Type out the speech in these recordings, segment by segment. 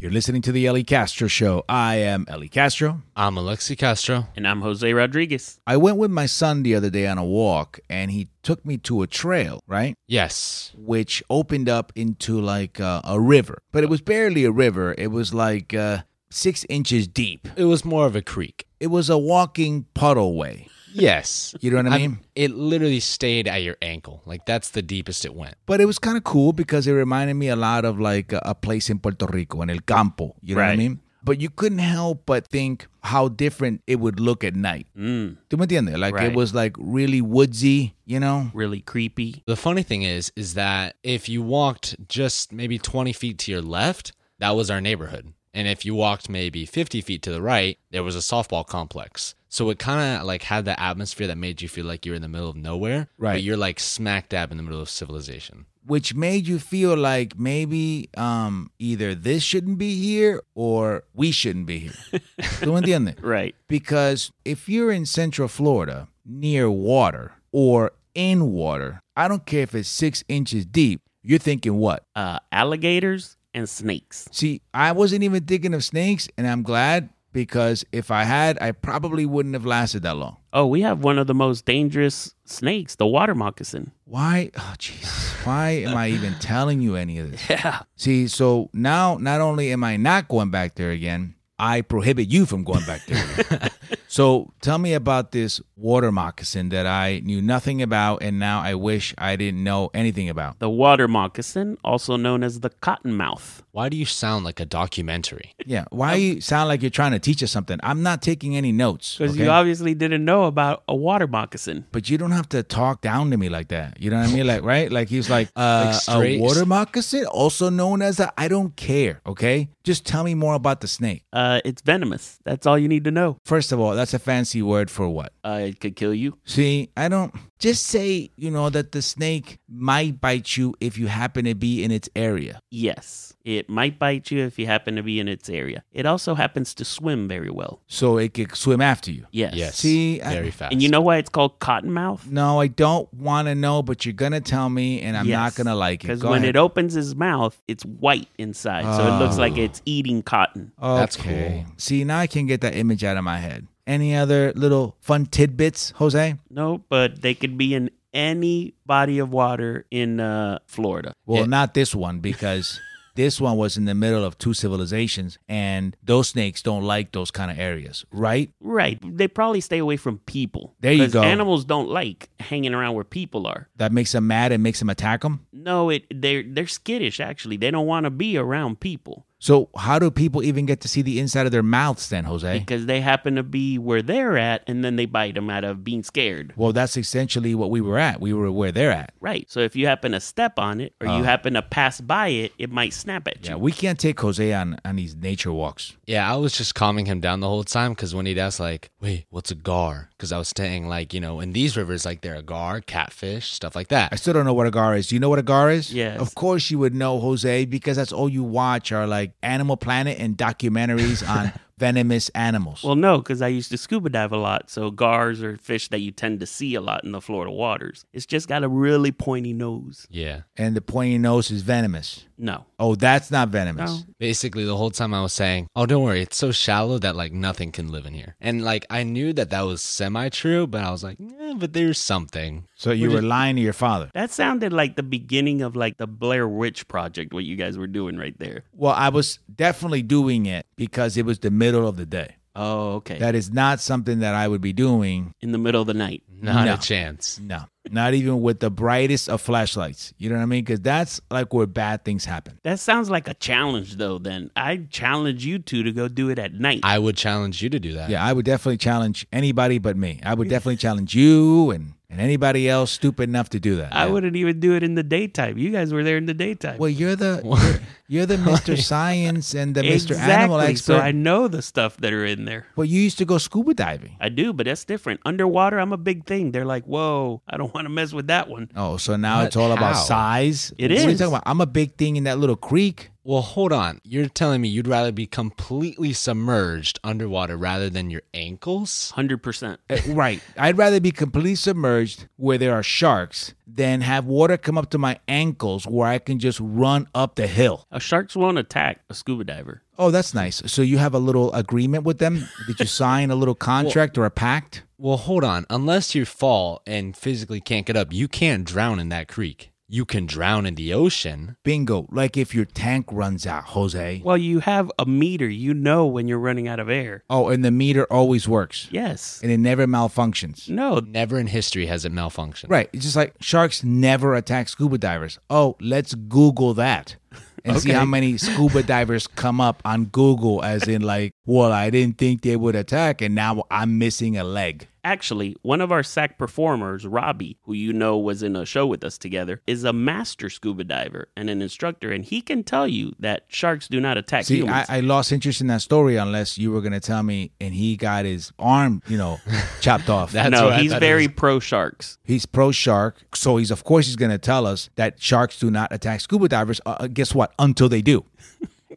You're listening to the Ellie Castro Show. I am Ellie Castro. I'm Alexi Castro. And I'm Jose Rodriguez. I went with my son the other day on a walk and he took me to a trail, right? Yes. Which opened up into like uh, a river, but it was barely a river. It was like uh, six inches deep. It was more of a creek. It was a walking puddle way. Yes. You know what I mean? it literally stayed at your ankle. Like that's the deepest it went. But it was kind of cool because it reminded me a lot of like a, a place in Puerto Rico, in El Campo. You know what I Right. mean? But you couldn't help but think how different it would look at night. Mm, Do you entiende? Like it Right. was like really woodsy, you know? really creepy. The funny thing is, is that if you walked just maybe 20 feet to your left, that was our neighborhood. And if you walked maybe 50 feet to the right, there was a softball complex. So it kind of like had that atmosphere that made you feel like you're in the middle of nowhere. Right. But you're like smack dab in the middle of civilization. Which made you feel like maybe um, either this shouldn't be here or we shouldn't be here. Do you entiende? Right. Because if you're in Central Florida near water or in water, I don't care if it's six inches deep, you're thinking what? Uh, alligators and snakes. See, I wasn't even thinking of snakes, and I'm glad because if I had, I probably wouldn't have lasted that long. Oh, we have one of the most dangerous snakes, the water moccasin. Why? Oh, Jesus. Why am I even telling you any of this? Yeah. See, so now not only am I not going back there again, I prohibit you from going back there. again. so tell me about this water moccasin that I knew nothing about, and now I wish I didn't know anything about. The water moccasin, also known as the cottonmouth. Why do you sound like a documentary? Yeah. Why you sound like you're trying to teach us something? I'm not taking any notes. Because okay? you obviously didn't know about a water moccasin. but you don't have to talk down to me like that. You know what I mean? Like, right? Like he's like, uh, straight- a water moccasin, also known as a I don't care. Okay, just tell me more about the snake. Uh, it's venomous. That's all you need to know. First of all, that's a fancy word for what? Uh, it could kill you. See, I don't just say you know that the snake might bite you if you happen to be in its area. Yes, it might bite you if you happen to be in its area. It also happens to swim very well. So it could swim after you. Yes. Yes. See, I- very fast. And you know why it's called cottonmouth? No, I don't want to know, but you're gonna tell me, and I'm not Yes, gonna like it. Because Go when ahead. it opens his mouth, it's white inside, so it looks Oh. like it's eating cotton. That's cool. See, now I can get that image out of my head. Any other little fun tidbits, Jose? No, but they could be in any body of water in uh, Florida. Well, not this one because this one was in the middle of two civilizations, and those snakes don't like those kind of areas, right? Right. They probably stay away from people. There you 'Cause go. Animals don't like hanging around where people are. That makes them mad and makes them attack them. No, it they're they're skittish actually. They don't want to be around people So, how do people even get to see the inside of their mouths then, Jose? because they happen to be where they're at and then they bite them out of being scared. Well, that's essentially what we were at. We were where they're at. Right. So if you happen to step on it or Uh. you happen to pass by it, it might snap at Yeah, you. we can't take Jose on, on these nature walks. Yeah, I was just calming him down the whole time because when he'd ask, like, wait, what's a gar? Because I was saying, like, you know, in these rivers, like, they're a gar, catfish, stuff like I that. still don't know what a gar is. Do you know what a gar is? Yes. Of course you would know, Jose, because that's all you watch are like Animal Planet and documentaries on venomous animals. Well, no, because I used to scuba dive a lot. So gars are fish that you tend to see a lot in the Florida waters. It's just got a really pointy nose. Yeah. and the pointy nose is venomous. No. Oh, that's not venomous. No. Basically, the whole time I was saying, oh, don't worry, it's so shallow that, like, nothing can live in here. And, like, I knew that that was semi true, but I was like, eh, but there's something. So you were lying to your father. That sounded like the beginning of like the Blair Witch Project, what you guys were doing right there. Well, I was definitely doing it because it was the middle of the day. Oh, okay. That is not something that I would be doing. in the middle of the night. Not No. a chance. No, not even with the brightest of flashlights. You know what I mean? Because that's like where bad things happen. That sounds like a challenge, though. Then I challenge you two to go do it at night. I would challenge you to do that. Yeah, I would definitely challenge anybody but me. I would definitely challenge you and, and anybody else stupid enough to do that. I wouldn't even do it in the daytime. You guys were there in the daytime. Well, you're the you're, you're the Mr. Science and the Mr. Animal Exactly, expert. So I know the stuff that are in there. well, you used to go scuba diving. I do, but that's different. Underwater, I'm a big thing. They're like, whoa, I don't want to mess with that one. Oh, so now What? it's all about How? size. What It are you is. talking about? I'm a big thing in that little creek. Well, hold on. You're telling me you'd rather be completely submerged underwater rather than your ankles? 100%. Uh, right. I'd rather be completely submerged where there are sharks than have water come up to my ankles where I can just run up the hill. Uh, sharks won't attack a scuba diver. Oh, that's nice. So you have a little agreement with them? Did you sign a little contract or a pact? Well, hold on. Unless you fall and physically can't get up, you can't drown in that creek. You can drown in the ocean. Bingo. Like if your tank runs out, Jose. Well, you have a meter. You know when you're running out of air. Oh, and the meter always works Yes. and it never malfunctions. No. Never in history has it malfunctioned. Right. It's just like sharks never attack scuba divers. Oh, let's Google that and see Okay. how many scuba divers come up on Google as in like, well, I didn't think they would attack and now I'm missing a leg. Actually, one of our SAC performers, Robbie, who you know was in a show with us together, is a master scuba diver and an instructor, and he can tell you that sharks do not attack See, I, humans. I lost interest in that story unless you were going to tell me and he got his arm, you know, chopped off. That's no, what I he's thought it very was. pro sharks. He's pro shark, so he's of course he's going to tell us that sharks do not attack scuba divers. Uh, uh, guess what? Until they do,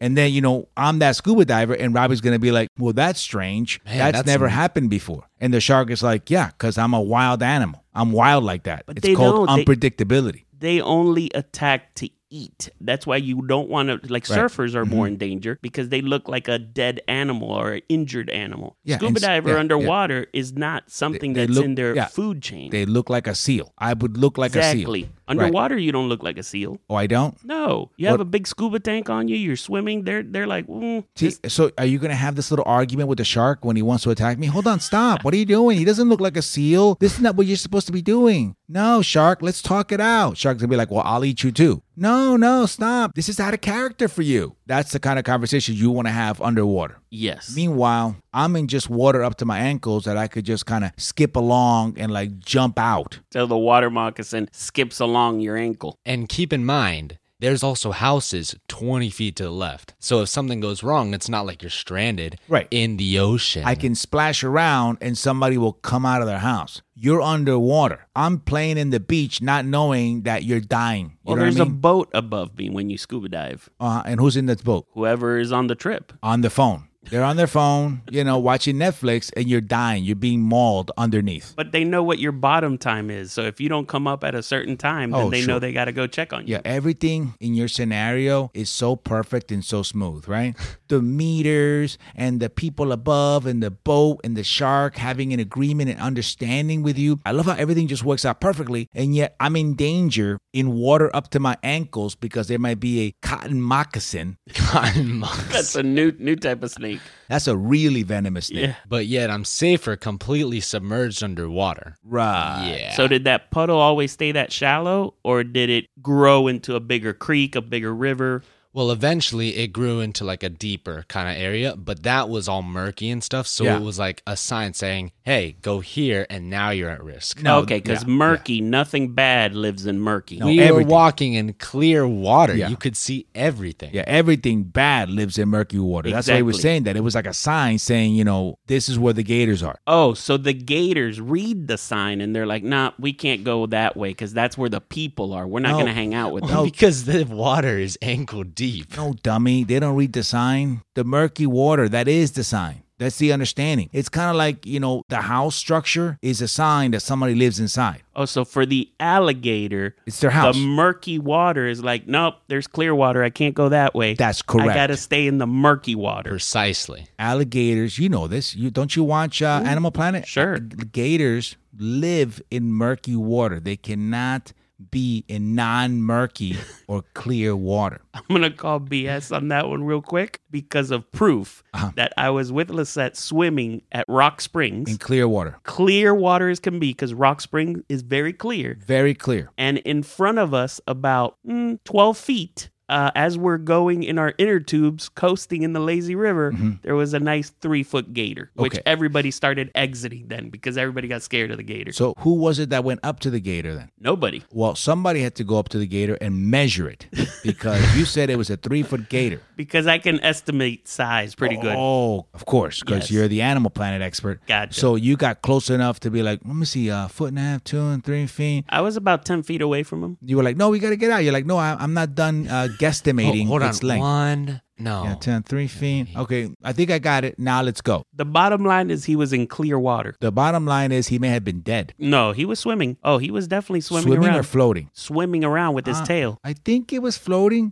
and then you know I'm that scuba diver, and Robbie's going to be like, "Well, that's strange. Man, that's, that's- never happened before." And the shark is like, "Yeah, because I'm a wild animal. I'm wild like that. But it's they called don't. They- unpredictability." They only attack to eat. That's why you don't want to, like, Right. Mm-hmm. surfers are more in danger because they look like a dead animal or an injured animal. Yeah, and scuba s- diver yeah, yeah. underwater is not something they that's look- in their yeah. food chain. They look like a seal. I would look like a exactly. seal. Underwater, you don't look like a seal. Oh, I don't. No, you have a big scuba tank on you. You're swimming. They're they're like, mm, See, this- so are you gonna have this little argument with the shark when he wants to attack me? Hold on, stop! What are you doing? He doesn't look like a seal. This is not what you're supposed to be doing. No, shark, let's talk it out. Shark's gonna be like, "Well, I'll eat you too." No, no, stop! This is out of character for you. That's the kind of conversation you want to have underwater. yes, Meanwhile, I'm in just water up to my ankles that I could just kind of skip along and like jump out. till the water moccasin skips along your ankle. And keep in mind, there's also houses 20 feet to the left. So if something goes wrong, it's not like you're stranded Right. in the ocean. I can splash around and somebody will come out of their house. You're underwater. I'm playing in the beach not knowing that you're dying. You Well, know what I there's a mean? boat above me when you scuba dive. Uh, and who's in this boat? Whoever is on the trip. On the phone. They're on their phone, you know, watching Netflix, and you're dying. You're being mauled underneath. But they know what your bottom time is. So if you don't come up at a certain time, then Oh, they know sure. they got to go check on you. Yeah, everything in your scenario is so perfect and so smooth, right? the meters and the people above and the boat and the shark having an agreement and understanding with you. I love how everything just works out perfectly. And yet I'm in danger in water up to my ankles because there might be a cotton moccasin. Cotton monks. That's a new new type of snake. That's a really venomous snake. Yeah. but yet I'm safer completely submerged underwater. Right. Yeah. So did that puddle always stay that shallow, or did it grow into a bigger creek, a bigger river? Well, eventually it grew into like a deeper kind of area, but that was all murky and stuff. So Yeah. it was like a sign saying, hey, go here, and now you're at risk. No, okay, because yeah, murky, nothing bad lives in murky. No. we everything. were walking in clear water. Yeah. You could see everything. Yeah, everything bad lives in murky water. That's why he was Exactly. saying that. It was like a sign saying, you know, this is where the gators are. Oh, so the Gators read the sign and they're like, "Nah, we can't go that way because that's where the people are. We're not No. going to hang out with them." Well, Because the water is ankle deep. No, dummy. They don't read the sign. The murky water, that is the sign. That's the understanding. It's kind of like, you know, the house structure is a sign that somebody lives inside. Oh, so for the alligator, It's their house. the murky water is like, "Nope, there's clear water. I can't go that way. That's correct. I got to stay in the murky water." Precisely. Alligators, you know this. You don't you watch uh, Animal Planet? Sure. Gators live in murky water. They cannot be in non-murky or clear water. I'm going to call BS on that one real quick because of proof Uh-huh. that I was with Lisette swimming at Rock Springs. In clear water, clear water as can be because Rock Spring is very clear. very clear. and in front of us about mm, 12 feet uh, as we're going in our inner tubes coasting in the lazy river there was a nice three foot gator which Mm-hmm. Okay. everybody started exiting then because everybody got scared of the gator So who was it that went up to the gator then? nobody Well, somebody had to go up to the gator and measure it because you said it was a three foot gator. because i can estimate size pretty good Oh, of course, because Yes. you're the Animal Planet expert. Gotcha. So you got close enough to be like, let me see, uh, foot and a half, two and three feet. i was about 10 feet away from him You were like, no, we got to get out. You're like, no, I, I'm not done uh, guesstimating Oh, hold on. its length. One. No. Yeah, 10, three feet. Okay, I think I got it. Now let's go. The bottom line is he was in clear water. The bottom line is he may have been dead, No, he was swimming. Oh, he was definitely swimming, around. or floating. swimming around with his Ah. tail. I think it was floating,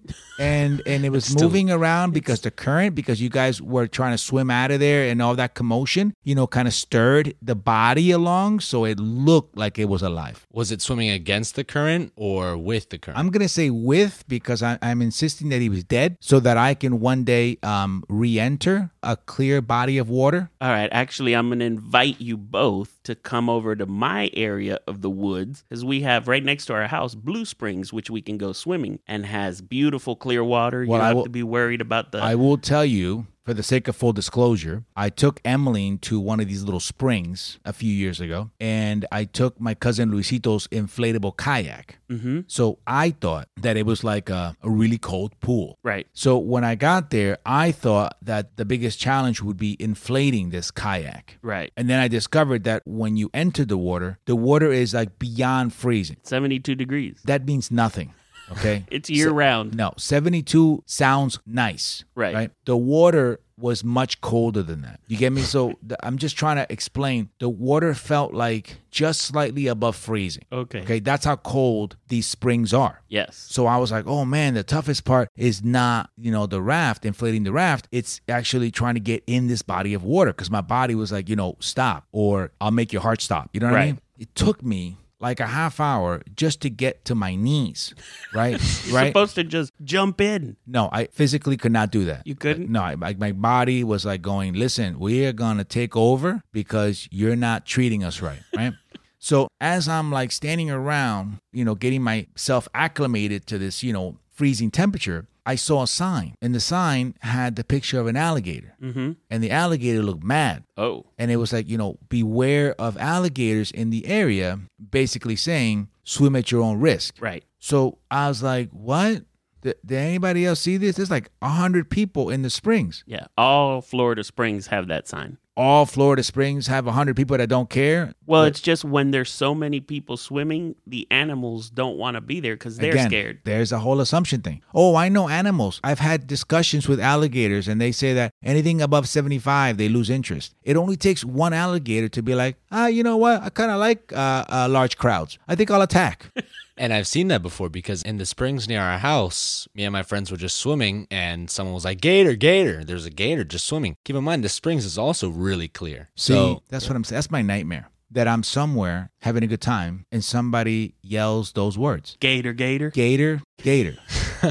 and and it was It's still- moving around because the current, because you guys were trying to swim out of there, and all that commotion, you know, kind of stirred the body along, so it looked like it was alive. Was it swimming against the current or with the current? I'm gonna say with because I, I'm insisting that he was dead, so that I can one day um, re-enter a clear body of water. All right, actually, I'm going to invite you both to come over to my area of the woods because we have right next to our house Blue Springs, which we can go swimming and has beautiful clear water. Well, you I don't have will- to be worried about the. I will tell you, for the sake of full disclosure, I took Emmeline to one of these little springs a few years ago, and I took my cousin Luisito's inflatable kayak. hmm So I thought that it was like a, a really cold pool. Right. So when I got there, I thought that the biggest challenge would be inflating this kayak. Right. And then I discovered that when you enter the water, the water is like beyond freezing. 72 degrees. That means nothing. Okay. It's year round. No, 72 sounds nice. Right. The water was much colder than that. You get me? So th- I'm just trying to explain. The water felt like just slightly above freezing. Okay. Okay. That's how cold these springs are. Yes. So I was like, oh man, the toughest part is not, you know, the raft, inflating the raft. It's actually trying to get in this body of water because my body was like, you know, stop or I'll make your heart stop. You know what I Right. mean? It took me like a half hour just to get to my knees, right? You're right? supposed to just jump in. No, I physically could not do that. You couldn't? No, I, my, my body was like going, listen, we are going to take over because you're not treating us right, right? so as I'm like standing around, you know, getting myself acclimated to this, you know, freezing temperature, I saw a sign and the sign had the picture of an alligator Mm-hmm. and the alligator looked mad. Oh. And it was like, you know, beware of alligators in the area, basically saying swim at your own risk. Right. So I was like, "What? Did, did anybody else see this? There's like hundred people in the Springs. Yeah. All Florida Springs have that sign. All Florida Springs have hundred people that don't care. Well, it's just when there's so many people swimming, the animals don't want to be there because they're Again, scared. There's a whole assumption thing. Oh, I know animals. I've had discussions with alligators, and they say that anything above 75, they lose interest. It only takes one alligator to be like, ah, you know what? I kind of like uh, uh, large crowds. I think I'll attack. And I've seen that before because in the springs near our house, me and my friends were just swimming and someone was like, Gator, Gator. There's a gator just swimming. Keep in mind, the springs is also really clear. See, So that's what I'm saying. That's my nightmare. That I'm somewhere having a good time, and somebody yells those words. Gator, gator. Gator, Gator.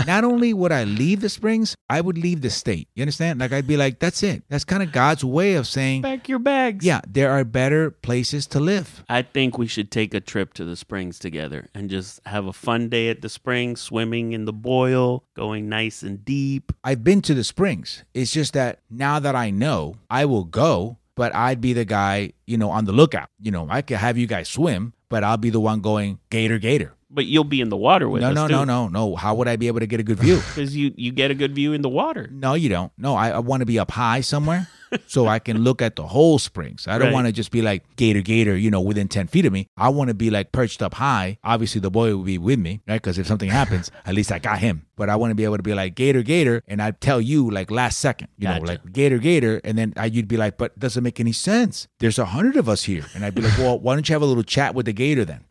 Not only would I leave the Springs, I would leave the state. You understand? Like I'd be like, that's it. That's kind of God's way of saying, Back your bags. yeah, there are better places to live. I think we should take a trip to the springs together and just have a fun day at the spring, swimming in the boil, going nice and deep. I've been to the Springs. It's just that now that I know, I will go, but I'd be the guy, you know, on the lookout. You know, I could have you guys swim, but I'll be the one going Gator, Gator. But you'll be in the water with No, us. no, no, no, no. How would I be able to get a good view? Because you, you get a good view in the water. No, you don't. No, I, I want to be up high somewhere so I can look at the whole springs. I don't Right. want to just be like gator, gator, you know, within 10 feet of me. I want to be like perched up high. Obviously, the boy will be with me, right? Because if something happens, at least I got him. But I want to be able to be like gator, gator, and I tell you like last second, you know, Gotcha. like gator, gator. And then I, you'd be like, but doesn't make any sense. There's a hundred of us here. And I'd be like, well, why don't you have a little chat with the gator then?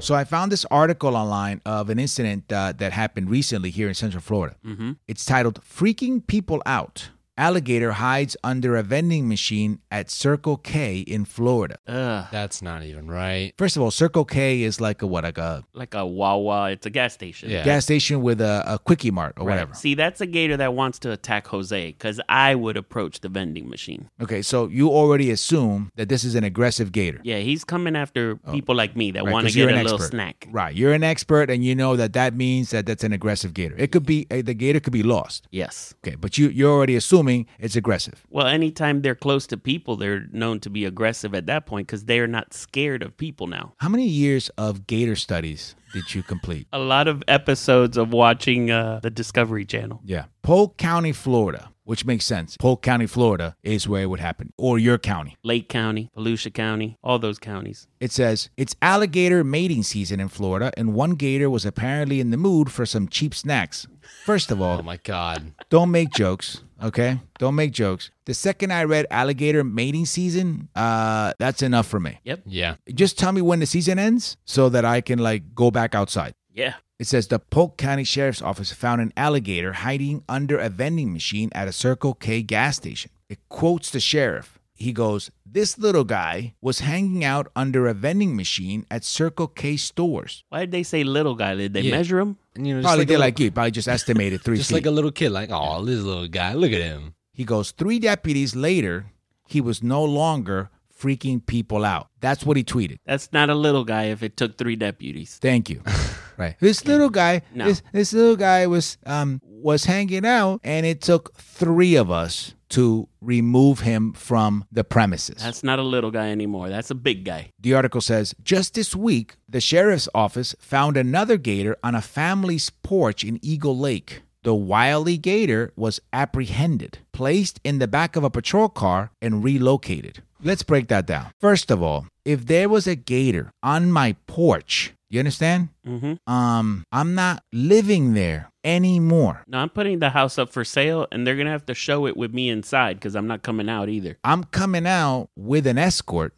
So I found this article online of an incident uh, that happened recently here in Central Florida. Mm-hmm. It's titled "Freaking People Out: Alligator Hides Under a Vending Machine at Circle K in Florida." Ugh, that's not even right. First of all, Circle K is like a what, like a like a Wawa. It's a gas station. Yeah. gas station with a, a quickie mart or Right. whatever. See, that's a gator that wants to attack Jose because I would approach the vending machine. Okay, so you already assume that this is an aggressive gator. Yeah, he's coming after people like me that Oh, Right, want to 'cause you're get a an little expert. snack. Right, you're an expert, and you know that that means that that's an aggressive gator. It could be eh, the gator could be lost. Yes. Okay, but you you're already assuming it's aggressive. Well, anytime they're close to people, they're known to be aggressive at that point because they are not scared of people now. How many years of gator studies did you complete? A lot of episodes of watching uh, the Discovery Channel. Yeah. Polk County, Florida which makes sense. Polk County, Florida is where it would happen, or your county. Lake County, Volusia County, all those counties. It says it's alligator mating season in Florida, and one gator was apparently in the mood for some cheap snacks. First of Oh all, my God. don't make jokes, okay? Don't make jokes. The second I read alligator mating season, uh, that's enough for me. Yeah. Just tell me when the season ends so that I can like go back outside. Yeah. It says the Polk County Sheriff's Office found an alligator hiding under a vending machine at a Circle K gas station. It quotes the sheriff. He goes, This little guy was hanging out under a vending machine at Circle K stores. Why did they say little guy? Did they Yeah. measure him? And you know, just Probably like, did a little- like you, probably just estimated three just feet. like a little kid, like, oh, this little guy, look at him. he goes, Three deputies later, he was no longer freaking people out. That's what he tweeted. That's not a little guy if it took three deputies. Thank you. right. This little guy, No. this, this little guy was um was hanging out, and it took three of us to remove him from the premises. That's not a little guy anymore. That's a big guy. the article says just this week, the sheriff's office found another gator on a family's porch in Eagle Lake. The wily gator was apprehended, placed in the back of a patrol car, and relocated. Let's break that down. First of all, if there was a gator on my porch, you understand? hmm um i'm not living there anymore No, I'm putting the house up for sale, and they're gonna have to show it with me inside because I'm not coming out either. i'm coming out with an escort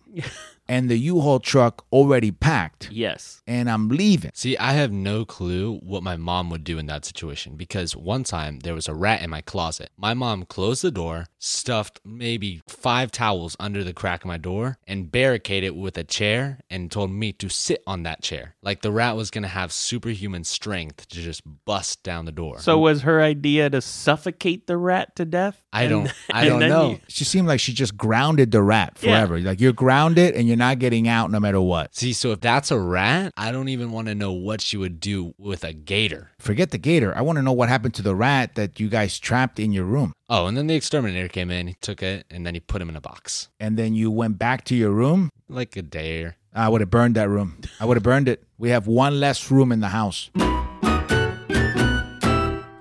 and the u-haul truck already packed Yes. and i'm leaving See, I have no clue what my mom would do in that situation because one time there was a rat in my closet. My mom closed the door, stuffed maybe five towels under the crack of my door, and barricaded it with a chair and told me to sit on that chair. Like the rat was going to have superhuman strength to just bust down the door. So was her idea to suffocate the rat to death? I And- don't I and don't then know. you- she seemed like she just grounded the rat Yeah. forever like you're grounded and you're not getting out no matter what See, so if that's a rat, I don't even want to know what she would do with a gator. forget the gator i want to know what happened to the rat that you guys trapped in your room Oh, and then the exterminator came in, he took it, and then he put him in a box. and then you went back to your room Like a dare. I would have burned that room. I would have burned it. We have one less room in the house.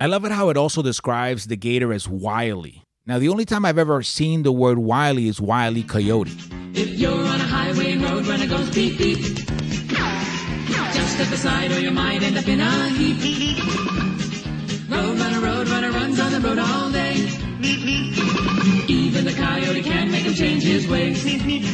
I love it how it also describes the gator as wily. Now, the only time I've ever seen the word wily is wily coyote. If you're on a highway road when it goes beep beep, just step aside or you might end up in a heap. Road runner, road runner runs on the road all day. Even the coyote can make him change his ways.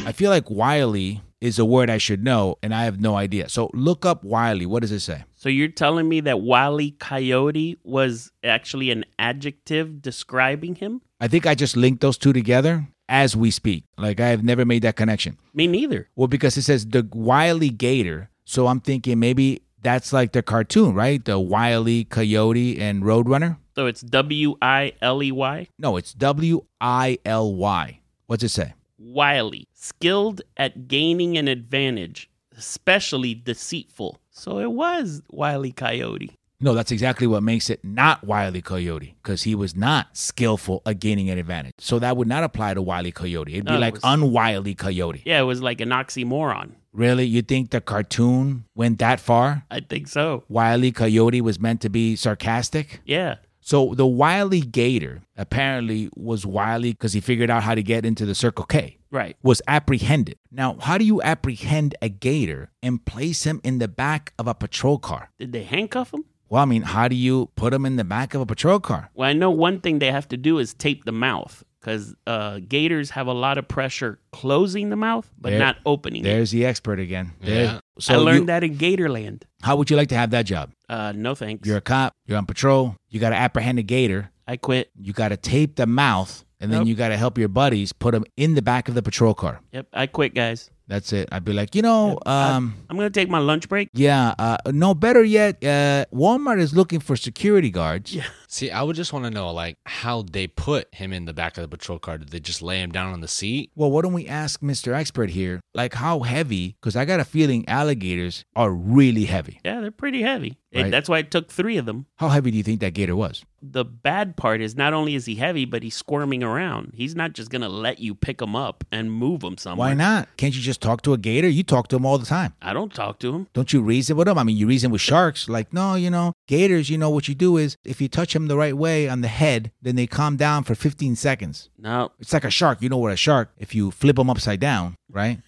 I feel like wily is a word I should know, and I have no idea. So look up wily. What does it say? So you're telling me that Wally Coyote was actually an adjective describing him? I think I just linked those two together as we speak. Like I have never made that connection. Me neither. Well, because it says the wily gator. So I'm thinking maybe that's like the cartoon, right? The wily coyote and roadrunner. So it's W I L E Y. No, it's W I L Y. What's it say? Wily, E. skilled at gaining an advantage, especially deceitful. So it was Wily Coyote. No, that's exactly what makes it not Wiley Coyote because he was not skillful at gaining an advantage. So that would not apply to Wiley Coyote. It'd be No, it like was- unwily Coyote. Yeah, it was like an oxymoron. Really? You think the cartoon went that far? I think so. Wiley Coyote was meant to be sarcastic? Yeah. So the Wiley Gator apparently was Wiley because he figured out how to get into the Circle K. Right. was apprehended. Now, how do you apprehend a gator and place him in the back of a patrol car? Did they handcuff him? Well, I mean, how do you put him in the back of a patrol car? Well, I know one thing they have to do is tape the mouth because uh, gators have a lot of pressure closing the mouth, but There- not opening it. There's the expert again. There- Yeah. So I learned you- that in Gatorland. How would you like to have that job? Uh, no thanks. You're a cop. You're on patrol. You got to apprehend a gator. I quit. You got to tape the mouth, and then Yep. you got to help your buddies put him in the back of the patrol car. Yep, I quit, guys. That's it. I'd be like, you know, um. I'm gonna take my lunch break. yeah, uh, no, better yet, uh, Walmart is looking for security guards. Yeah. See, I would just want to know like how they put him in the back of the patrol car. Did they just lay him down on the seat? Well, why don't we ask Mr. Expert here, like how heavy? Because I got a feeling alligators are really heavy. Yeah, they're pretty heavy. It- Right. That's why it took three of them. How heavy do you think that gator was? The bad part is not only is he heavy, but he's squirming around. He's not just going to let you pick him up and move him somewhere. Why not? Can't you just talk to a gator? You talk to them all the time. I don't talk to him. Don't you reason with them? I mean, you reason with sharks. Like, no, you know, gators, you know, what you do is if you touch them the right way on the head, then they calm down for 15 seconds. No, It's like a shark. You know what a shark, if you flip them upside down, right?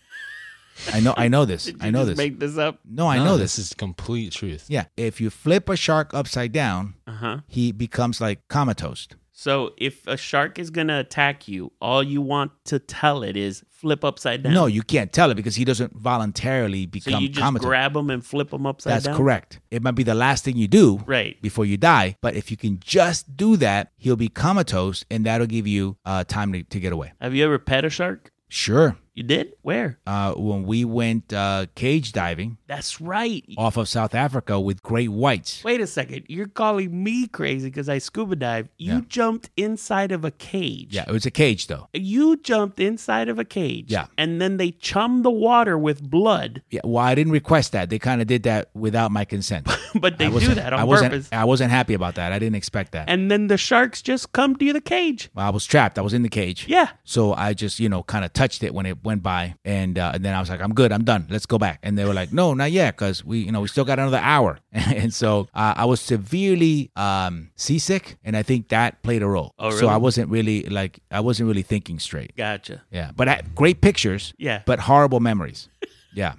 I know, I know this. I you know just this. Make this up. No, I No, know this. is complete truth. Yeah. If you flip a shark upside down, Uh huh. he becomes like comatose. So if a shark is going to attack you, all you want to tell it is flip upside down. No, you can't tell it because he doesn't voluntarily so become you just comatose. grab him and flip him upside That's down. correct. It might be the last thing you do Right. before you die, but if you can just do that, he'll be comatose and that'll give you uh, time to, to get away. Have you ever pet a shark? Sure. You did? Where? Uh, when we went uh, cage diving That's right. off of South Africa with great whites, Wait a second. You're calling me crazy because I scuba dive. You Yeah. jumped inside of a cage. yeah, it was a cage though. You jumped inside of a cage. Yeah. And then they chum the water with blood, Yeah, well, I didn't request that. They kind of did that without my consent. but they I do wasn't- that on I wasn't, purpose. I wasn't happy about that. I didn't expect that. And then the sharks just come to the cage. Well, I was trapped. I was in the cage. Yeah. So I just, you know, kind of touched it when it went by, and uh, and then I was like, I'm good, I'm done. Let's go back. And they were like, No, not yet, because we, you know, we still got another hour. and so uh, I was severely um, seasick, and I think that played a role. Oh, So really? I wasn't really like I wasn't really thinking straight. Gotcha. Yeah. But I, great pictures. Yeah. But horrible memories. Yeah.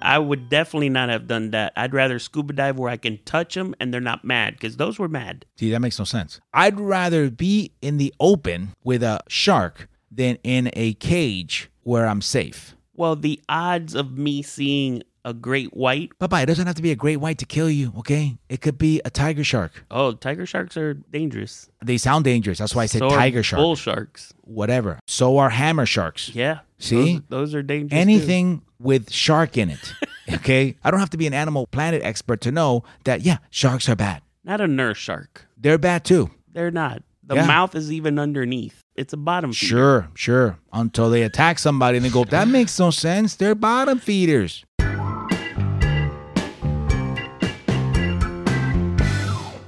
I would definitely not have done that. I'd rather scuba dive where I can touch them and they're not mad because those were mad. See, that makes no sense. I'd rather be in the open with a shark than in a cage where I'm safe. Well, the odds of me seeing a great white. Papa, it doesn't have to be a great white to kill you, okay? It could be a tiger shark. Oh, tiger sharks are dangerous. They sound dangerous. That's why I said So are tiger shark. Bull sharks. Whatever. So are hammer sharks. Yeah. See? Those, those are dangerous. too. Anything with shark in it, okay? I don't have to be an animal planet expert to know that, yeah, sharks are bad. Not a nurse shark. They're bad too. They're not. The Yeah. mouth is even underneath. It's a bottom feeder. Sure, sure. Until they attack somebody and they go, that makes no sense. They're bottom feeders.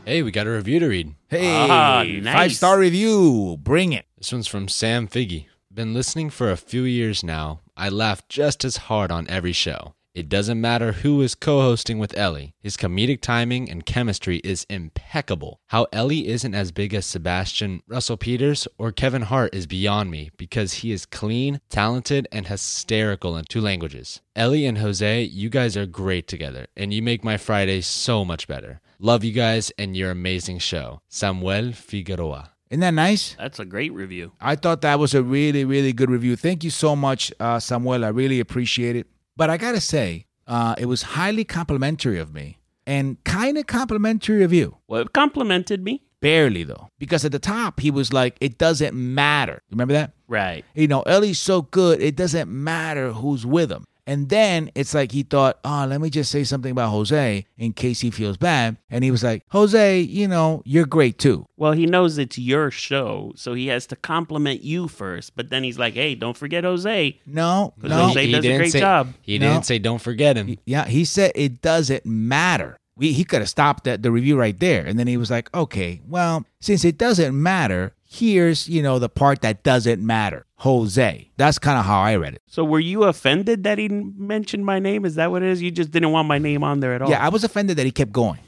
Hey, we got a review to read. Hey, Ah, nice. five star review. Bring it. This one's from Sam Figgy. Been listening for a few years now. I laugh just as hard on every show. It doesn't matter who is co hosting with Ellie. His comedic timing and chemistry is impeccable. How Ellie isn't as big as Sebastian, Russell Peters, or Kevin Hart is beyond me because he is clean, talented, and hysterical in two languages. Ellie and Jose, you guys are great together, and you make my Friday so much better. Love you guys and your amazing show. Samuel Figueroa. Isn't that nice? That's a great review. I thought that was a really, really good review. Thank you so much, uh, Samuel. I really appreciate it. But I gotta say, uh, it was highly complimentary of me and kind of complimentary of you. Well, it complimented me. Barely though, because at the top he was like, "It doesn't matter." Remember that? Right. You know, Ellie's so good, it doesn't matter who's with him. And then it's like he thought, "Oh, let me just say something about Jose in case he feels bad." And he was like, "Jose, you know, you're great too." Well, he knows it's your show, so he has to compliment you first. But then he's like, hey, don't forget Jose. No, Because no. Jose does a great say, job. He No. didn't say don't forget him. Yeah, he said it doesn't matter. We, he could have stopped at the review right there. And then he was like, okay, well, since it doesn't matter, here's, you know, the part that doesn't matter. Jose. That's kind of how I read it. So were you offended that he n- mentioned my name? Is that what it is? You just didn't want my name on there at all. Yeah, I was offended that he kept going.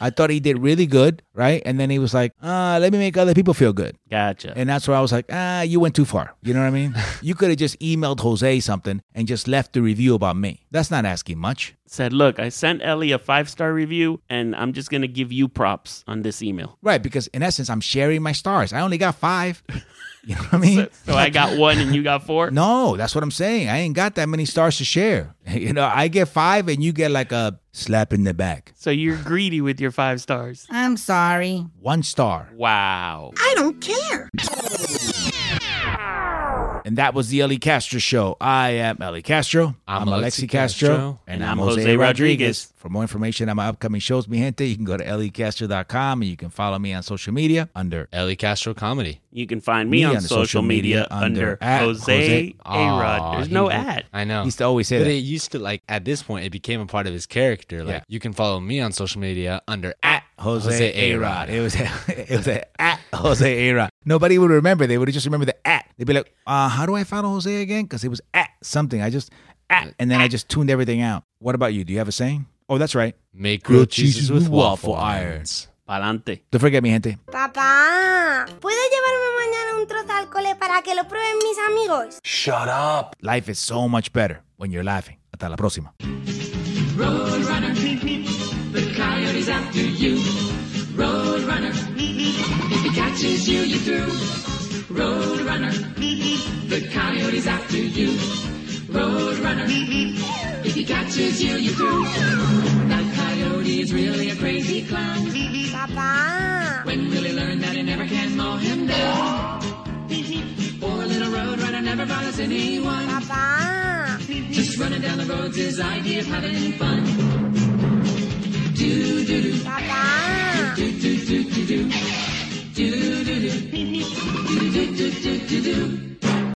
I thought he did really good, right? And then he was like, uh, let me make other people feel good. Gotcha. And that's where I was like, ah, you went too far. You know what I mean? you could have just emailed Jose something and just left the review about me. That's not asking much. Said, look, I sent Ellie a five star review, and I'm just going to give you props on this email. Right, because in essence, I'm sharing my stars. I only got five. You know what I mean? So I got one and you got four? No, that's what I'm saying. I ain't got that many stars to share. You know, I get five and you get like a slap in the back. So you're greedy with your five stars. I'm sorry. One star. Wow. I don't care. And that was the Ellie Castro Show. I am Ellie Castro. I'm Alexi Alexi Castro. And, I'm Jose, Rodriguez. For more information on my upcoming shows, mi gente, you can go to elliecastro.com and you can follow me on social media under Ellie Castro comedy. You can find me, on, social media, under at Jose, Jose- Aw, Arod. There's no he- ad. I know. He used to always say But that. it used to like at this point it became a part of his character. Like Yeah. you can follow me on social media under at Jose, Jose Arod. Arod. It was it was a, at Jose Arod. Nobody would remember. They would just remember the at. They'd be like, uh, "How do I follow Jose again?" Because it was at something. I just at, and then I just tuned everything out. What about you? Do you have a saying? Oh, that's right. make Grilled grilled cheeses cheeses with with waffle waffle irons. Palante. Don't forget me, gente. Papá, ¿puedo llevarme mañana un trozo al cole para que lo prueben mis amigos? Life is so much better when you're laughing. Hasta la próxima. Roadrunner, the coyote's after you. Roadrunner, if he catches you, you're through. Roadrunner, the coyote's after you. Roadrunner, if he catches you, you're through. That coyote is really a crazy clown. Papá. When will he learn that he never can mow him down? Poor little roadrunner never bothers anyone. Papá. Just running down the road's his idea of having fun. Doo doo doo. Papá.